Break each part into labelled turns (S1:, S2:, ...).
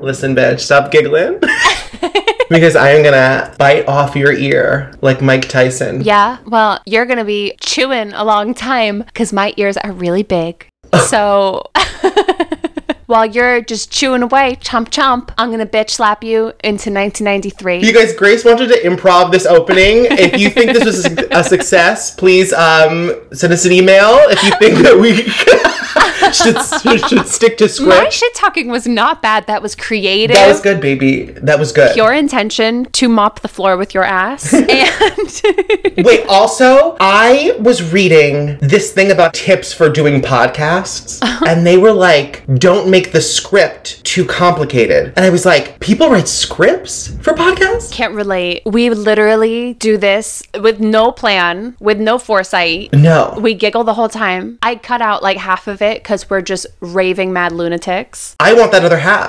S1: listen, bitch, stop giggling. because I am gonna bite off your ear like Mike Tyson.
S2: Yeah, well, you're going to be chewing a long time because my ears are really big. so while you're just chewing away, chomp chomp, I'm going to bitch slap you into 1993.
S1: You guys, Grace wanted to improv this opening. If you think this was a success, please um, send us an email. If you think that we should, should stick to
S2: my
S1: script,
S2: shit talking was not bad. That was creative.
S1: that was good, baby. That was good.
S2: Your intention to mop the floor with your ass. and
S1: Wait, also, I was reading this thing about tips for doing podcasts, and they were like, don't make the script too complicated. And I was like, people write scripts for podcasts?
S2: can't relate. We literally do this with no plan, with no foresight.
S1: No.
S2: We giggle the whole time. I cut out like half of it because we're just raving mad lunatics.
S1: I want that other half.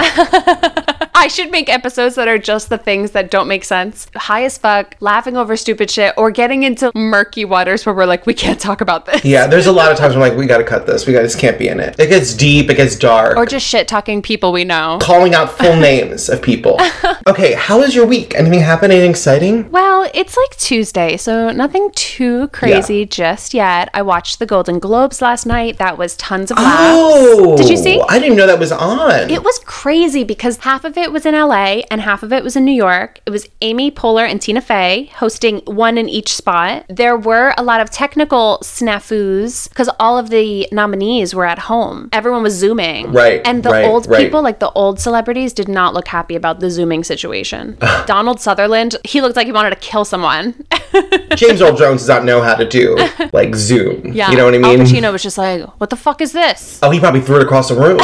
S2: I should make episodes that are just the things that don't make sense. High as fuck, laughing over stupid shit, or getting into murky waters where we're like, we can't talk about this.
S1: yeah, there's a lot of times I'm like, we gotta cut this. We gotta, this can't be in it. It gets deep, it gets dark.
S2: Or just shit talking people we know.
S1: calling out full names of people. Okay, how was your week? Anything happening exciting?
S2: Well, it's like Tuesday, so nothing too crazy just yet. I watched the Golden Globes last night. That was tons of laughs.
S1: Oh,
S2: Did you see?
S1: I didn't know that was on.
S2: It was crazy because half of it was in LA and half of it was in New York. It was Amy Poehler and Tina Fey hosting one in each spot. There were a lot of technical snafus because all of the nominees were at home. Everyone was zooming.
S1: Right,
S2: And the
S1: right,
S2: old
S1: right.
S2: people, like the old celebrities, did not look happy about the zooming situation. Donald Sutherland, he looked like he wanted to kill someone.
S1: James Earl Jones does not know how to do like Zoom.
S2: Yeah.
S1: you know what I mean.
S2: Al Pacino was just like, what the fuck is this?
S1: Oh, he probably threw it across the room.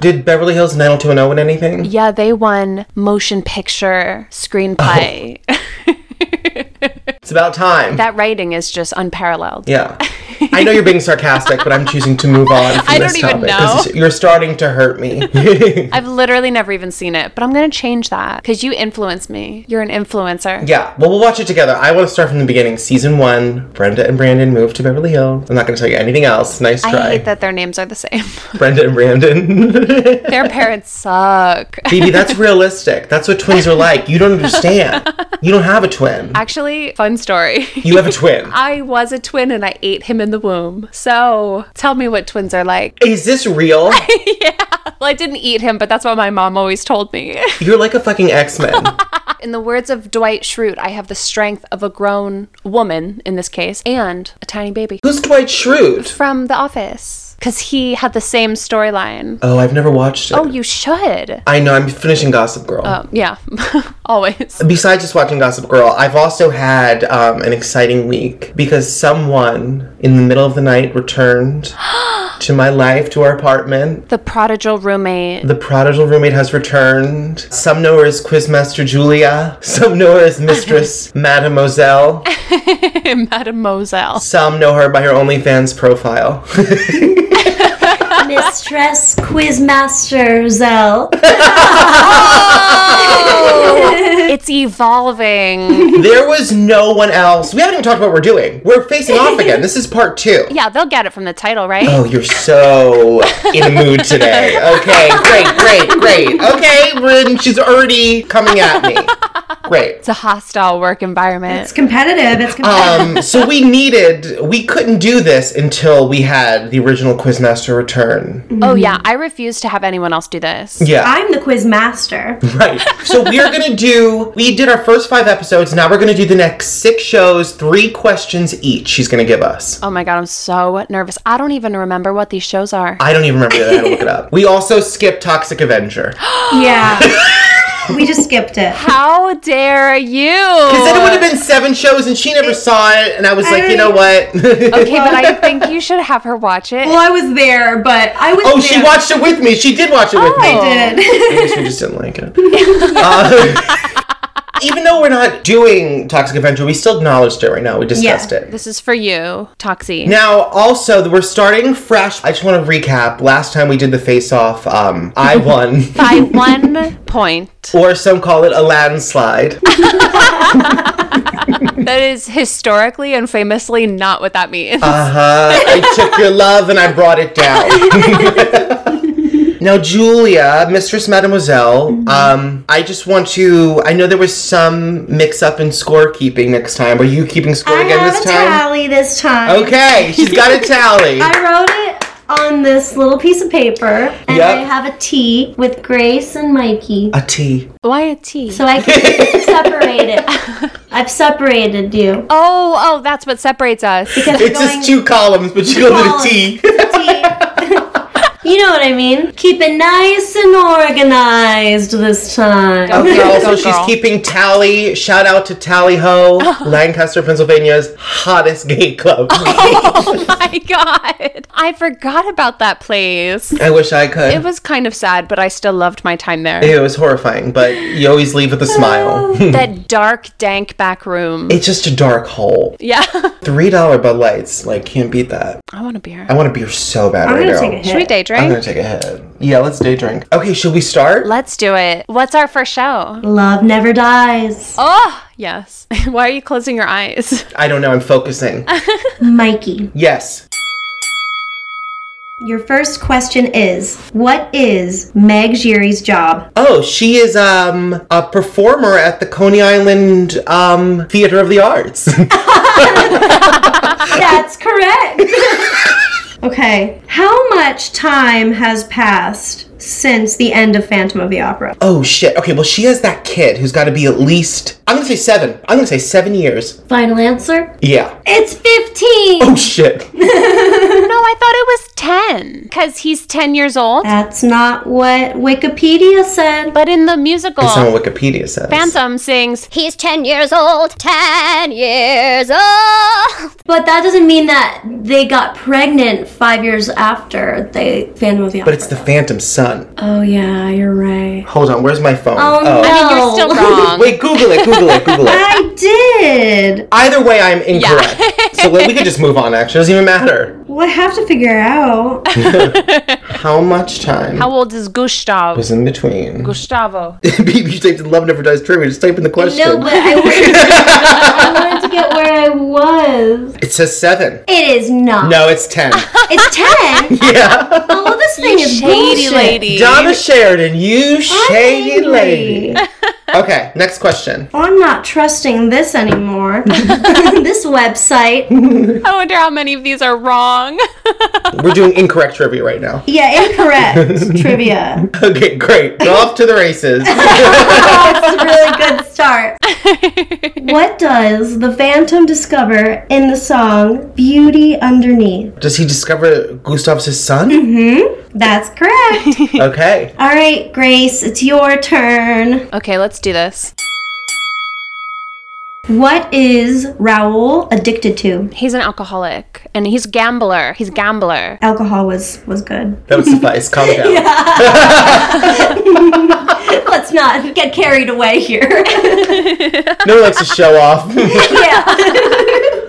S1: Did Beverly Hills 90210 win anything?
S2: Yeah, they won motion picture screenplay.
S1: It's about time.
S2: that writing is just unparalleled.
S1: yeah. I know you're being sarcastic, but I'm choosing to move on from
S2: I
S1: this
S2: don't even
S1: topic 'cause you're starting to hurt me.
S2: I've literally never even seen it, but I'm gonna change that because you influence me. You're an influencer.
S1: yeah, well, we'll watch it together. I want to start from the beginning. Season one Brenda and Brandon moved to Beverly Hills. I'm not going to tell you anything else. Nice try.
S2: I hate that their names are the same.
S1: Brenda and Brandon.
S2: their parents suck.
S1: Phoebe, that's realistic. That's what twins are like. You don't understand. You don't have a twin.
S2: Actually, fun story.
S1: You have a twin.
S2: I was a twin and I ate him in the womb. So tell me what twins are like.
S1: Is this real?
S2: Well, I didn't eat him, but that's what my mom always told me.
S1: You're like a fucking X Men.
S2: In the words of Dwight Schrute, I have the strength of a grown woman in this case and a tiny baby
S1: Who's Dwight Schrute?
S2: from The Office because he had the same storyline.
S1: Oh, I've never watched it.
S2: Oh, you should.
S1: I know. I'm finishing Gossip Girl.
S2: Um, yeah, always.
S1: Besides just watching Gossip Girl, I've also had um, an exciting week because someone in the middle of the night returned to my life, to our apartment.
S2: The prodigal roommate.
S1: The prodigal roommate has returned. Some know her as Quizmaster Julia. Some know her as Mistress Mademoiselle.
S2: Mademoiselle.
S1: Some know her by her OnlyFans profile.
S3: Mistress Quizmaster Zell.
S2: It's evolving.
S1: there was no one else. We haven't even talked about what we're doing. We're facing off again. This is part two.
S2: yeah, they'll get it from the title, right?
S1: Oh, you're so in a mood today. Okay, great, great, great. Okay, when she's already coming at me. Great.
S2: It's a hostile work environment.
S3: It's competitive. It's competitive.
S1: Um, so we needed, we couldn't do this until we had the original Quizmaster return.
S2: Oh yeah, I refuse to have anyone else do this.
S1: Yeah,
S3: I'm the Quizmaster.
S1: right. So we're gonna do, we did our first five episodes. Now we're gonna do the next six shows, three questions each she's gonna give us.
S2: Oh my god, I'm so nervous. I don't even remember what these shows are.
S1: I don't even remember that. I had to look it up. We also skipped Toxic Avenger. Because
S3: yeah. we just skipped it.
S2: How dare you?
S1: then it would have been seven shows and she never saw it. And I was like, you know what?
S2: Okay, but I think you should have her watch it.
S3: Well, I was there, but I was
S1: oh,
S3: there.
S1: she watched it with me. She did watch it with me.
S2: Oh.
S3: it.
S1: I guess we just didn't like it. Uh, even though we're not doing Toxic Avenger, we still acknowledged it right now. We discussed
S3: Yeah.
S1: it.
S2: This is for you, Toxie.
S1: Now, also, we're starting fresh. I just want to recap. Last time we did the face off, um, I won,
S2: By one point.
S1: or some call it a landslide.
S2: That is historically and famously not what that means.
S1: Uh-huh. Uh huh. I took your love and I brought it down. Now, Julia, Mistress Mademoiselle,
S3: Mm-hmm.
S1: um, I just want to. I know there was some mix up in scorekeeping next time. Are you keeping score
S3: I
S1: again
S3: have
S1: this
S3: a
S1: time?
S3: tally this time.
S1: Okay, she's got a tally.
S3: I wrote it on this little piece of paper, and
S1: Yep.
S3: I have a T with Grace and Mikey,
S1: a T.
S2: Why a T?
S3: so I can separate it. I've separated you.
S2: oh, oh, that's what separates us.
S3: Because we're
S1: It's
S3: going-
S1: just two columns, but she goes with a T.
S3: Tea. you know what I mean. Keep it nice and organized this time.
S2: Go,
S1: Okay,
S2: go,
S1: also
S2: go,
S1: she's
S2: girl.
S1: keeping Tally. Shout out to Tally Ho, Lancaster, Pennsylvania's hottest gay club.
S2: oh my god. I forgot about that place.
S1: I wish I could.
S2: It was kind of sad, but I still loved my time there.
S1: It was horrifying, but you always leave with a smile.
S2: that dark, dank back room.
S1: It's just a dark hole.
S2: yeah.
S1: Three dollar Bud Lights, like can't beat that.
S2: I want a beer.
S1: I want a beer so bad
S3: I'm
S1: right
S3: gonna
S1: now.
S3: take a hit.
S2: Should we day
S1: I'm
S2: drink?
S1: gonna take a hit. Yeah, let's day drink. Okay, should we start?
S2: Let's do it. What's our first show?
S3: Love never dies.
S2: Oh, yes. Why are you closing your eyes?
S1: I don't know. I'm focusing.
S3: Mikey,
S1: yes.
S3: your first question is What is Meg Giry's job?
S1: Oh, she is um a performer at the Coney Island um Theater of the Arts.
S3: That's correct. okay. How much time has passed since the end of Phantom of the Opera?
S1: oh shit. Okay, well she has that kid who's got to be at least I'm gonna say seven. I'm gonna say seven years.
S3: Final answer?
S1: Yeah.
S3: It's 15.
S1: Oh shit.
S2: no, I thought it was 10 because he's 10 years old.
S3: That's not what Wikipedia said.
S2: But in the musical,
S1: It's not what Wikipedia says.
S2: Phantom sings,
S4: He's 10 years old. 10 years old.
S3: But that doesn't mean that they got pregnant five years after the Phantom of the Opera.
S1: But it's the Phantom Son.
S3: oh, yeah, you're right.
S1: Hold on, where's my phone?
S3: Oh,
S2: I
S3: no.
S2: mean, you're still wrong.
S1: Wait, Google it, Google it, Google it.
S3: I did.
S1: Either way, I'm incorrect. so like, we could just move on, actually. It doesn't even matter.
S3: Well, I have to figure out.
S1: How much time
S2: How old is Gustav?
S1: was in between?
S2: Gustavo.
S1: you typed in Love Never Dies trivia. Just type in the question.
S3: No, but I wanted, I wanted to get where I was.
S1: it says seven.
S3: It is not.
S1: No, it's ten.
S3: It's 10.
S1: yeah.
S3: All of this thing is
S2: Shady
S3: bullshit.
S2: lady.
S1: Donna Sheridan, you shady
S3: angry.
S1: lady. Okay, next question.
S3: Oh, I'm not trusting this anymore. this website.
S2: I wonder how many of these are wrong.
S1: We're doing incorrect trivia right now.
S3: Yeah, incorrect trivia.
S1: Okay, great. Go off to the races.
S3: That's a really good start. What does the Phantom discover in the song Beauty Underneath?
S1: Does he discover Gustav's his son?
S3: That's correct.
S1: Okay.
S3: All right, Grace, it's your turn.
S2: okay, let's do this.
S3: What is Raoul addicted to?
S2: He's an alcoholic and he's a gambler. He's a gambler.
S3: Alcohol was was good.
S1: That would suffice. Calm down.
S3: Let's not get carried away here.
S1: No one likes to show off.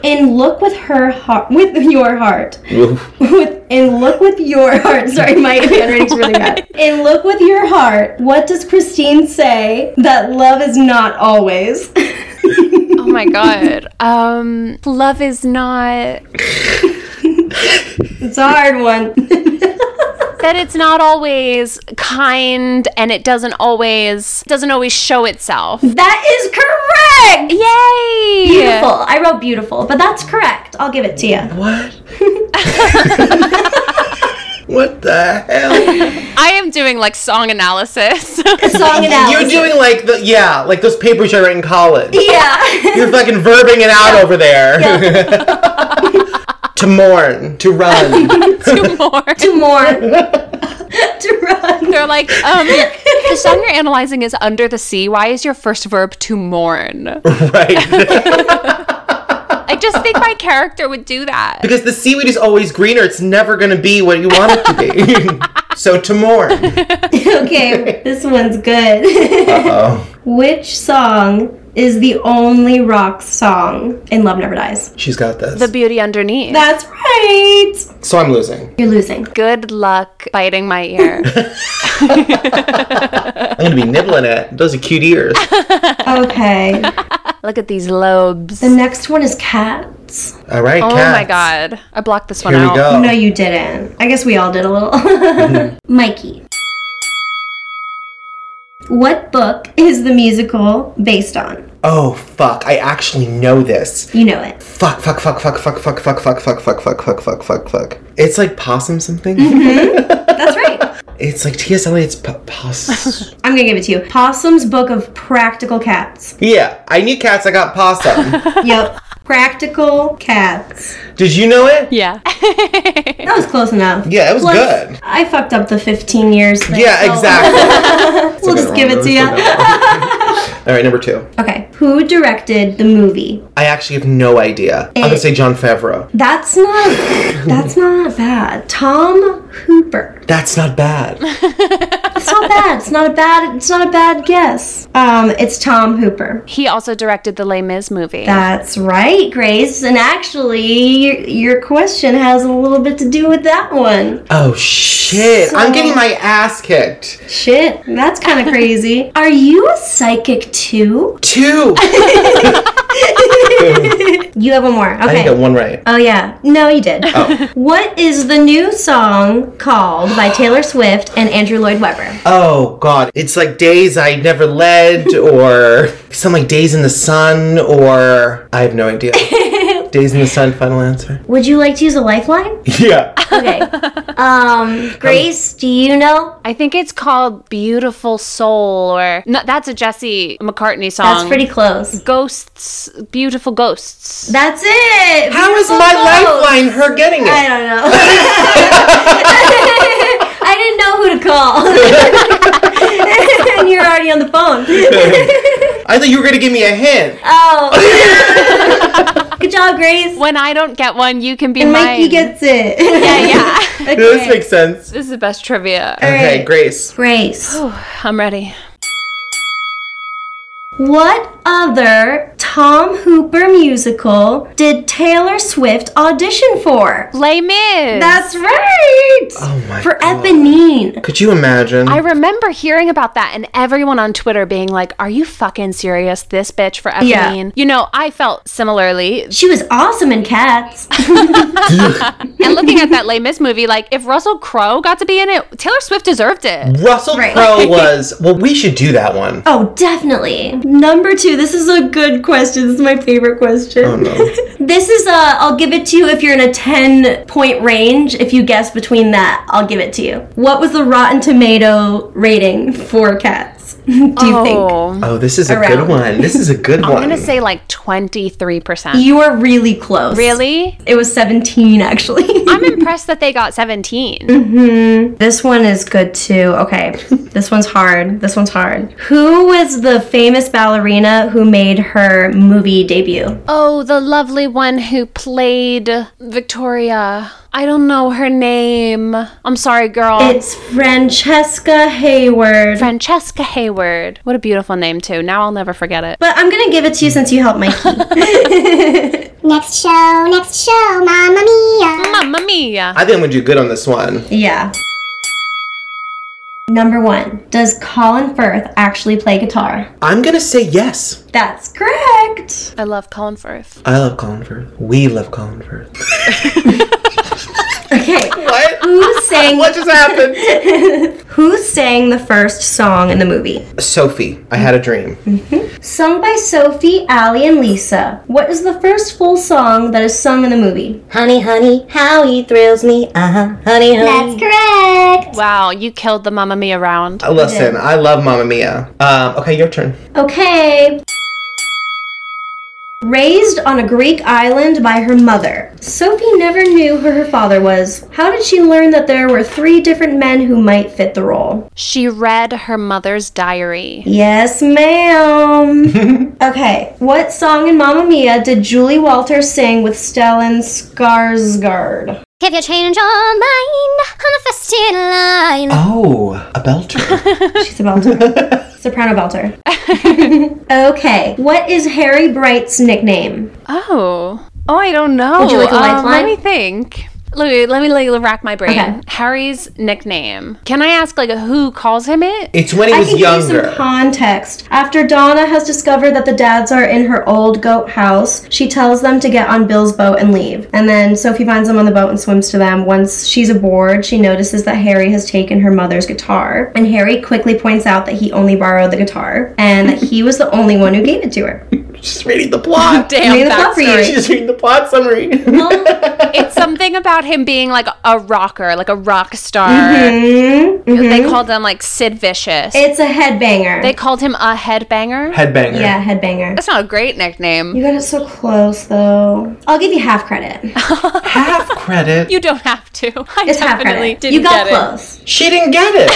S3: In look with her heart, with your heart,
S1: Oof.
S3: with in look with your heart. Sorry, my handwriting's really bad. In look with your heart. What does Christine say? That love is not always.
S2: Oh my god. Um love is not
S3: it's a hard one.
S2: that it's not always kind and it doesn't always doesn't always show itself.
S3: that is correct.
S2: Yay!
S3: Beautiful. I wrote beautiful, but that's correct. I'll give it to you.
S1: What? what the hell?
S2: I am doing like song analysis.
S3: Song it out.
S1: You're doing like the yeah, like those papers you write in college.
S3: Yeah.
S1: You're fucking verbing it out over there. to mourn, to run.
S2: Two more.
S3: Two more. to run.
S2: They're like, um, the song you're analyzing is Under the Sea. Why is your first verb to mourn?
S1: right.
S2: I just think my character would do that.
S1: because the seaweed is always greener. It's never gonna be what you want it to be. so to mourn.
S3: Okay, this one's good.
S1: Oh.
S3: Which song is the only rock song in Love Never Dies?
S1: She's got this.
S2: The beauty underneath.
S3: That's right.
S1: so I'm losing.
S3: You're losing.
S2: Good luck biting my ear.
S1: I'm gonna be nibbling at those are cute ears.
S3: Okay.
S2: Look at these lobes.
S3: the next one is cats.
S1: All right,
S2: Oh
S1: cats.
S2: my god. I blocked this one
S1: Here
S2: out.
S1: we go.
S3: No, you didn't. I guess we all did a little. Mikey. What book is the musical based on?
S1: Oh fuck, I actually know this.
S3: You know it.
S1: Fuck, fuck, fuck, fuck, fuck, fuck, fuck, fuck, fuck, fuck, fuck, fuck, fuck, fuck, fuck. It's like possum something.
S3: That's right.
S1: It's like T.S. Eliot's po- possum.
S3: I'm gonna give it to you. Possum's Book of Practical Cats.
S1: yeah, I knew cats. I got possum.
S3: Yep. Practical Cats.
S1: Did you know it?
S2: Yeah.
S3: That was close enough.
S1: Yeah, it was
S3: Plus,
S1: good.
S3: I fucked up the 15 years. thing, so
S1: Yeah, exactly.
S3: We'll just give it to you.
S1: All right, number two.
S3: Okay. Who directed the movie?
S1: I actually have no idea. I'm gonna say John Favreau.
S3: That's not. That's not bad. Tom Hooper.
S1: That's not bad.
S3: It's not bad. It's not a bad. It's not a bad guess. Um, it's Tom Hooper.
S2: he also directed the Les Mis movie.
S3: That's right, Grace. And actually, your, your question has a little bit to do with that one.
S1: Oh shit! I'm
S3: So-
S1: getting my ass kicked.
S3: Shit, that's kind of crazy. Are you a psychic too?
S1: Two.
S3: You have one more. Okay.
S1: I didn't get one right.
S3: Oh yeah. No, you did.
S1: Oh.
S3: What is the new song called by Taylor Swift and Andrew Lloyd Webber?
S1: Oh god, it's like days I never led, or some like days in the sun, or I have no idea. days in the sun. Final answer.
S3: Would you like to use a lifeline?
S1: Yeah.
S3: Okay. Um, Grace, do you know?
S2: I think it's called Beautiful Soul or no, that's a Jesse McCartney song.
S3: That's pretty close.
S2: Ghosts, beautiful ghosts.
S3: That's it.
S1: How is
S3: Beautiful
S1: my
S3: close.
S1: lifeline her getting it?
S3: I don't know. I didn't know who to call. and you're already on the phone.
S1: I thought you were gonna give me a hint.
S3: oh. Good job, Grace.
S2: when I don't get one, you can be
S3: And
S2: mine.
S3: Mikey gets it.
S2: yeah, yeah.
S1: No,
S3: Okay.
S1: this makes sense.
S2: this is the best trivia.
S1: Okay,
S3: right.
S1: Grace.
S3: Grace.
S2: I'm ready.
S3: What other Tom Hooper musical did Taylor Swift audition for?
S2: Les Mis.
S3: That's right.
S1: Oh my
S3: For
S1: God.
S3: Eponine.
S1: Could you imagine?
S2: I remember hearing about that and everyone on Twitter being like, "Are you fucking serious? This bitch for Eponine."
S3: Yeah.
S2: You know, I felt similarly.
S3: She was awesome in Cats.
S2: and looking at that Les Mis movie, like if Russell Crowe got to be in it, Taylor Swift deserved it.
S1: Russell
S3: Right.
S1: Crowe was. Well, we should do that one.
S3: Oh, definitely. Number two. This is a good question. This is my favorite question.
S1: Oh,
S3: this is a. I'll give it to you if you're in a ten point range. If you guess between that, I'll give it to you. What was the Rotten Tomato rating for Cats? Do you think
S2: Oh,
S1: Oh, this is a good
S3: Around.
S1: one. This is a good one.
S2: I'm gonna say like 23 percent.
S3: you were really close?
S2: Really?
S3: It was seventeen actually.
S2: I'm impressed that they got 17.
S3: Mm-hmm. This one is good too. Okay. this one's hard. This one's hard. Who was the famous ballerina who made her movie debut?
S2: Oh, the lovely one who played Victoria. I don't know her name. I'm sorry, girl.
S3: It's Francesca Hayward.
S2: Francesca Hayward. What a beautiful name, too. Now I'll never forget it.
S3: But I'm gonna give it to you since you helped Mikey.
S4: Next show, next show, Mamma Mia.
S2: Mamma mia.
S1: I think I'm gonna do good on this one.
S3: yeah. Number one, does Colin Firth actually play guitar?
S1: I'm gonna say yes.
S3: That's correct.
S2: I love Colin Firth.
S1: I love Colin Firth. We love Colin Firth.
S3: Okay.
S1: What?
S3: Who sang
S1: What just happened?
S3: Who sang the first song in the movie?
S1: Sophie, I had a dream.
S3: Mm-hmm. Sung by Sophie, Ali, and Lisa. What is the first full song that is sung in the movie? Honey, honey, how he thrills me. Uh huh. Honey, honey.
S4: That's correct.
S2: Wow, you killed the Mamma Mia round.
S1: Uh, Listen, I love Mamma Mia. Um, okay, your turn.
S3: Okay. Raised on a Greek island by her mother, Sophie never knew who her father was. How did she learn that there were three different men who might fit the role?
S2: She read her mother's diary.
S3: Yes, ma'am. okay, what song in Mamma Mia did Julie Walters sing with Stellan Skarsgård?
S4: If you change your mind on the first in line.
S1: Oh, a belter.
S3: She's a belter. Soprano belter. okay, what is Harry Bright's nickname?
S2: Oh. Oh, I don't know.
S3: Would you like a
S2: Um,
S3: lifeline?
S2: let me think. Let me, let me like, rack my brain.
S3: Okay.
S2: Harry's nickname. Can I ask like who calls him it?
S1: It's when he
S3: I
S1: was
S3: can give you
S1: younger.
S3: some context. After Donna has discovered that the dads are in her old goat house, she tells them to get on Bill's boat and leave. And then Sophie finds them on the boat and swims to them. Once she's aboard, she notices that Harry has taken her mother's guitar. And Harry quickly points out that he only borrowed the guitar and that he was the only one who gave it to her.
S1: She's reading the plot.
S3: Maybe
S2: Damn,
S3: the plot for you.
S2: backstory.
S1: She's reading the plot summary.
S2: it's something about him being like a rocker, like a rock star.
S3: Mhm, mhm.
S2: They called him like Sid Vicious.
S3: It's a headbanger.
S2: they called him a headbanger.
S1: Headbanger.
S3: yeah, headbanger.
S2: That's not a great nickname.
S3: You got it so close, though. I'll give you half credit.
S1: Half credit.
S2: You don't have to. I
S3: It's half
S2: definitely
S3: credit.
S2: didn't
S3: You
S2: get
S3: got
S2: it.
S3: close.
S1: she didn't get it.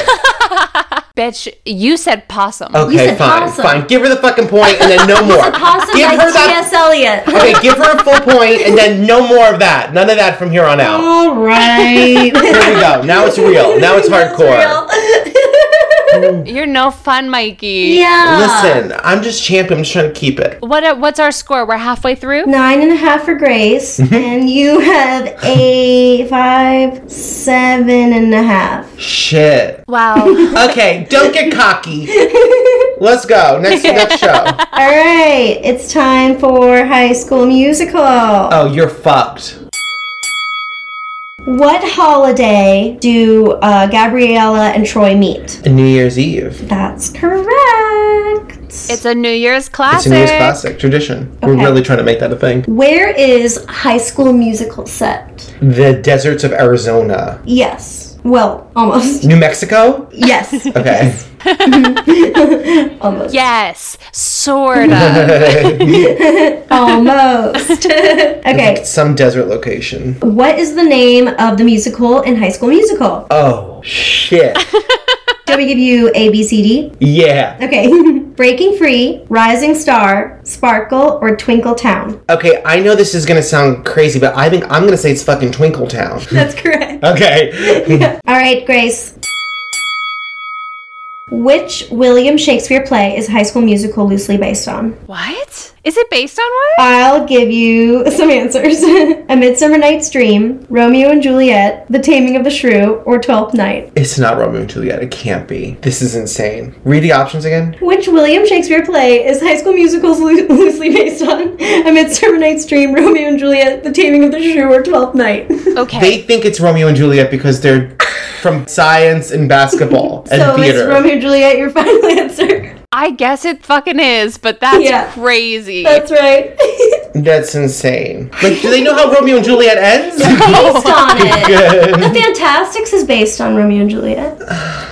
S2: Bitch, you said possum.
S1: Okay,
S3: said
S1: fine,
S3: possum.
S1: fine. Give her the fucking point and then no more.
S3: Awesome,
S1: Give
S3: like
S1: her that.
S3: T.S. Eliot.
S1: Okay, give her a full point and then no more of that. None of that from here on out.
S3: All right.
S1: Here we go. Now it's real. Now it's hardcore.
S2: You're no fun, Mikey.
S3: yeah.
S1: Listen, I'm just champion. I'm just trying to keep it.
S2: What uh, what's our score? We're halfway through.
S3: Nine and a half for Grace, and you have a five, seven and a half.
S1: Shit.
S2: Wow.
S1: Okay, don't get cocky. Let's go. Next next show.
S3: All right, it's time for High School Musical.
S1: Oh, you're fucked.
S3: What holiday do uh, Gabriella and Troy meet?
S1: New Year's Eve.
S3: That's correct.
S2: it's a New Year's
S1: It's
S2: classic.
S1: a New Year's classic tradition. We're
S3: Okay.
S1: really trying to make that a thing.
S3: Where is High School Musical set?
S1: The deserts of Arizona.
S3: Yes. Well, almost.
S1: New Mexico?
S3: Yes.
S1: Okay.
S3: almost.
S2: Yes, sort of.
S3: Almost. okay.
S1: Some desert location.
S3: What is the name of the musical in High School Musical?
S1: Oh, shit.
S3: Shall we give you A, B, C, D?
S1: Yeah.
S3: Okay. Breaking Free, Rising Star, Sparkle, or Twinkle Town?
S1: Okay, I know this is gonna sound crazy, but I think I'm gonna say it's fucking Twinkle Town.
S3: That's correct.
S1: Okay.
S3: All right, Grace. Which William Shakespeare play is High School Musical loosely based on?
S2: what? Is it based on one?
S3: I'll give you some answers A Midsummer Night's Dream, Romeo and Juliet, The Taming of the Shrew, or Twelfth Night?
S1: It's not Romeo and Juliet. It can't be. This is insane. Read the options again.
S3: Which William Shakespeare play is High School Musicals loo- loosely based on? A Midsummer Night's Dream, Romeo and Juliet, The Taming of the Shrew, or Twelfth Night?
S2: Okay.
S1: They think it's Romeo and Juliet because they're from science and basketball and
S3: so
S1: theater.
S3: it's Romeo and Juliet, your final answer.
S2: I guess it fucking is, but that's
S3: Yeah.
S2: crazy.
S3: That's right.
S1: That's insane. Like, do they know how Romeo and Juliet ends?
S3: based on it.
S1: Good.
S3: The Fantastics is based on Romeo and Juliet,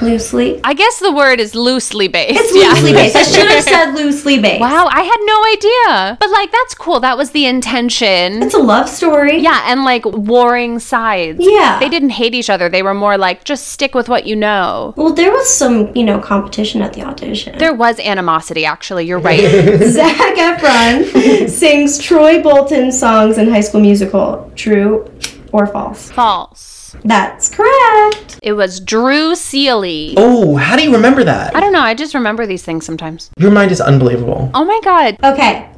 S3: loosely.
S2: I guess the word is loosely based.
S3: It's
S2: yeah.
S3: loosely based. I should have said loosely based.
S2: Wow, I had no idea. But like that's cool. That was the intention.
S3: It's a love story.
S2: yeah, and like warring sides.
S3: Yeah.
S2: They didn't hate each other. They were more like just stick with what you know.
S3: Well, there was some, you know, competition at the audition.
S2: There was animosity actually. You're right.
S3: Zach Efron sings Troy Bolton songs in High School Musical. True or false?
S2: False.
S3: That's correct.
S2: It was Drew Seeley.
S1: Oh, how do you remember that?
S2: I don't know. I just remember these things sometimes.
S1: Your mind is unbelievable.
S2: Oh my god.
S3: Okay.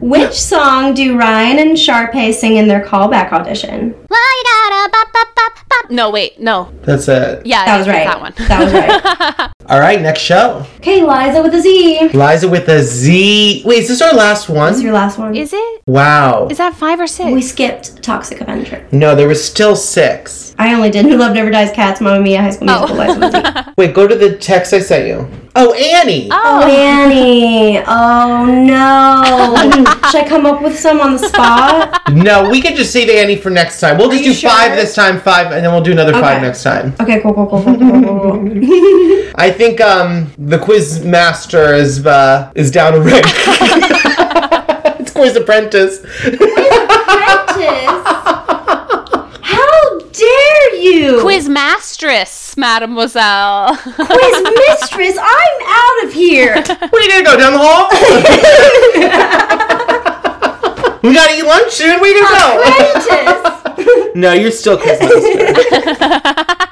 S3: Which song do Ryan and Sharpay sing in their callback audition?
S4: Well, you gotta bop, bop, bop, bop.
S2: No, wait. No.
S1: That's it.
S2: Yeah,
S3: That was right.
S2: That one.
S3: That was right.
S1: All right, next show.
S3: Okay, Liza with a Z.
S1: Liza with a Z. Wait, is this our last
S3: That's
S1: one?
S3: your last one.
S2: Is it?
S1: Wow.
S2: Is that 5 or 6?
S3: we skipped Toxic Avenger.
S1: No, there was still six.
S3: I only did Who Love Never Dies, Cats, Mamma Mia, High
S2: Oh.
S3: School Musical, Liza with a Z.
S1: Wait, go to the text I sent you. Oh, Annie.
S3: Oh, Annie. Oh, no. Should I come up with some on the spot?
S1: No, we can just save Annie for next time. We'll just do
S3: you
S1: five
S3: sure?
S1: this time, five, and then we'll do another five
S3: Okay.
S1: next time.
S3: Okay, cool, cool, cool, cool, cool, cool, cool.
S1: I think um the quiz master is uh, is down a rank. it's quiz apprentice.
S3: Prentice. How dare you?
S2: Quiz mistress, mademoiselle.
S3: Quiz mistress, I'm out of here.
S1: What are you gonna go down the hall? we gotta eat lunch soon. Where you
S3: Oh,
S1: gonna
S3: Prentice.
S1: go? no, you're still quiz master.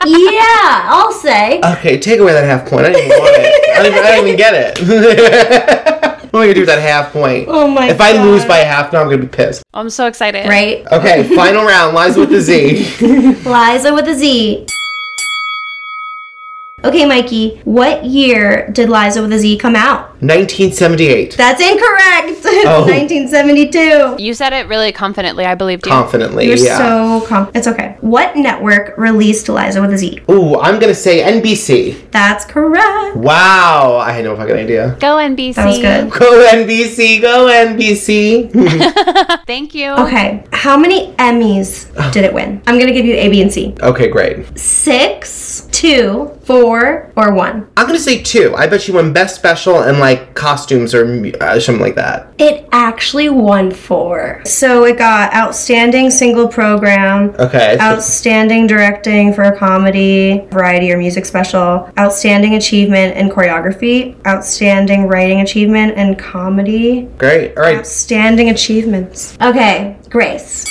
S3: Yeah, I'll say.
S1: Okay, take away that half point. I didn't even want it. I didn't, I didn't even get it. Well, I can do with that half point.
S3: Oh my
S1: If I lose
S3: God.
S1: by a half, now I'm gonna be pissed.
S2: I'm so excited.
S3: Right?
S1: Okay, final round. Lies with the Z.
S3: Liza with a Z. Okay, Mikey, what year did Liza with a Z come out?
S1: 1978.
S3: That's incorrect. It's
S1: Oh.
S3: 1972.
S2: You said it really confidently. I believed you.
S1: Confidently,
S3: You're
S1: yeah.
S3: so calm. It's okay. What network released Liza with a Z?
S1: Ooh, I'm gonna say NBC.
S3: That's correct.
S1: Wow, I had no fucking idea.
S2: Go NBC.
S3: That was good.
S1: Go NBC, go NBC.
S2: Thank you.
S3: Okay, how many Emmys did it win? I'm gonna give you A, B, and C.
S1: okay, great.
S3: Six, two, four, or one.
S1: I'm gonna say two. I bet she won best special and like costumes or mu- uh, something like that.
S3: It actually won four. So it got outstanding single program.
S1: Okay.
S3: Oh.
S1: so-
S3: Outstanding directing for a comedy, variety, or music special. Outstanding achievement in choreography. Outstanding writing achievement in comedy.
S1: great. All right.
S3: Outstanding achievements. Okay, Grace.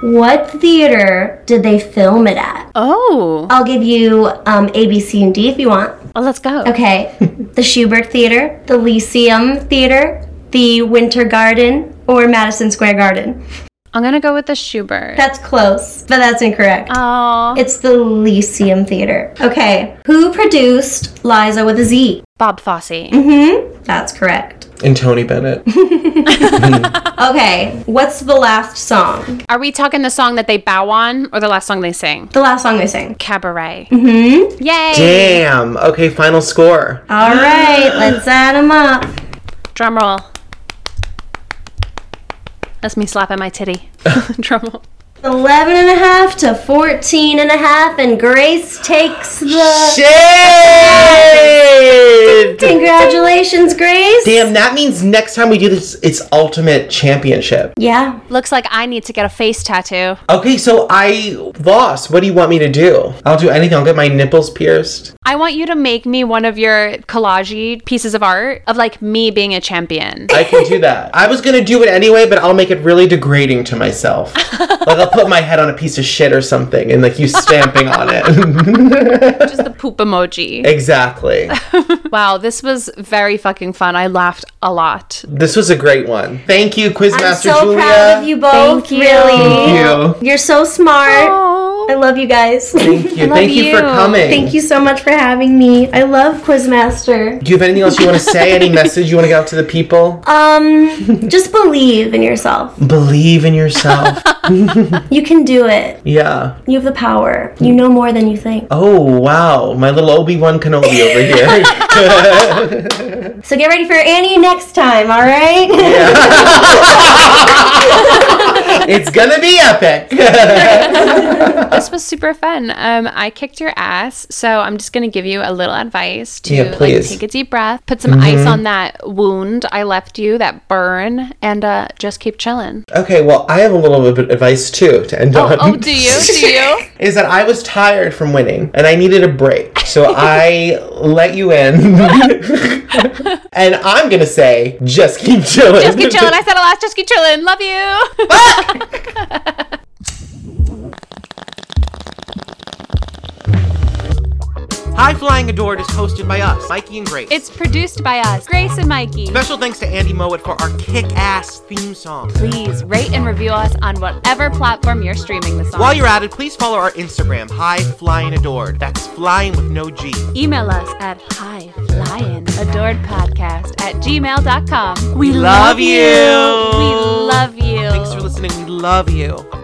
S3: What theater did they film it at?
S2: Oh,
S3: I'll give you um, A, B, C, and D if you want.
S2: oh, let's go.
S3: Okay, the Schubert Theater, the Lyceum Theater, the Winter Garden, or Madison Square Garden.
S2: I'm gonna go with the Schubert.
S3: That's close, but that's incorrect.
S2: Oh,
S3: It's the Lyceum Theater. Okay, who produced Liza with a Z?
S2: Bob Fosse.
S3: Mm-hmm. That's correct.
S1: And Tony Bennett.
S3: Okay, what's the last song?
S2: Are we talking the song that they bow on or the last song they sing?
S3: The last song they sing.
S2: Cabaret.
S3: Mm-hmm.
S2: Yay!
S1: Damn. Okay, final score.
S3: All right, let's add them up.
S2: Drum roll. That's me slapping my titty. Drum roll.
S3: 11 and a half to 14 and a half, and Grace takes the...
S1: Shit!
S3: Congratulations, Grace.
S1: Damn, that means next time we do this, it's ultimate championship.
S3: Yeah.
S2: Looks like I need to get a face tattoo.
S1: Okay, so I lost. What do you want me to do? I'll do anything. I'll get my nipples pierced.
S2: I want you to make me one of your collage pieces of art of like me being a champion.
S1: I can do that. I was gonna do it anyway, but I'll make it really degrading to myself. Like I'll put my head on a piece of shit or something, and like you stamping on it.
S2: Just the poop emoji.
S1: exactly.
S2: Wow, this was very fucking fun. I laughed a lot.
S1: This was a great one. Thank you,
S3: I'm
S1: Quizmaster
S3: so
S1: Julia.
S3: proud of you both.
S2: Thank you.
S3: Really.
S1: Thank you.
S3: You're so smart.
S2: Oh.
S3: I love you guys.
S1: Thank you.
S2: love
S1: Thank you for
S2: you.
S1: coming.
S3: Thank you so much for having me. I love Quizmaster.
S1: Do you have anything else you want to say? Any message you want to get out to the people?
S3: Um, just believe in yourself.
S1: Believe in yourself.
S3: You can do it.
S1: yeah.
S3: You have the power. You know more than you think.
S1: Oh wow, my little Obi Wan Kenobi over here.
S3: So get ready for Annie next time, all right?
S1: it's gonna be epic.
S2: This was super fun. Um, I kicked your ass, so I'm just gonna give you a little advice to
S1: Yeah,
S2: like,
S1: please. Mm-hmm.
S2: take a deep breath, put some ice on that wound I left you, that burn, and uh, just keep chilling.
S1: okay, well, I have a little bit of advice too to end on.
S2: Oh, do you? Do you?
S1: Is that I was tired from winning and I needed a break, so I let you in. and I'm gonna say, just keep chilling.
S2: Just keep chilling. I said it last. Just keep chilling. Love you.
S1: High Flying Adored is hosted by us, Mikey and Grace.
S2: It's produced by us, Grace and Mikey.
S1: Special thanks to Andy Mowat for our kick-ass theme song.
S2: Please rate and review us on whatever platform you're streaming this on.
S5: While you're at it, please follow our Instagram, High Flying Adored. That's flying with no G.
S2: Email us at highflyingadoredpodcast at gmail.com.
S5: We love you.
S2: We love you.
S5: Thanks for listening. We love you.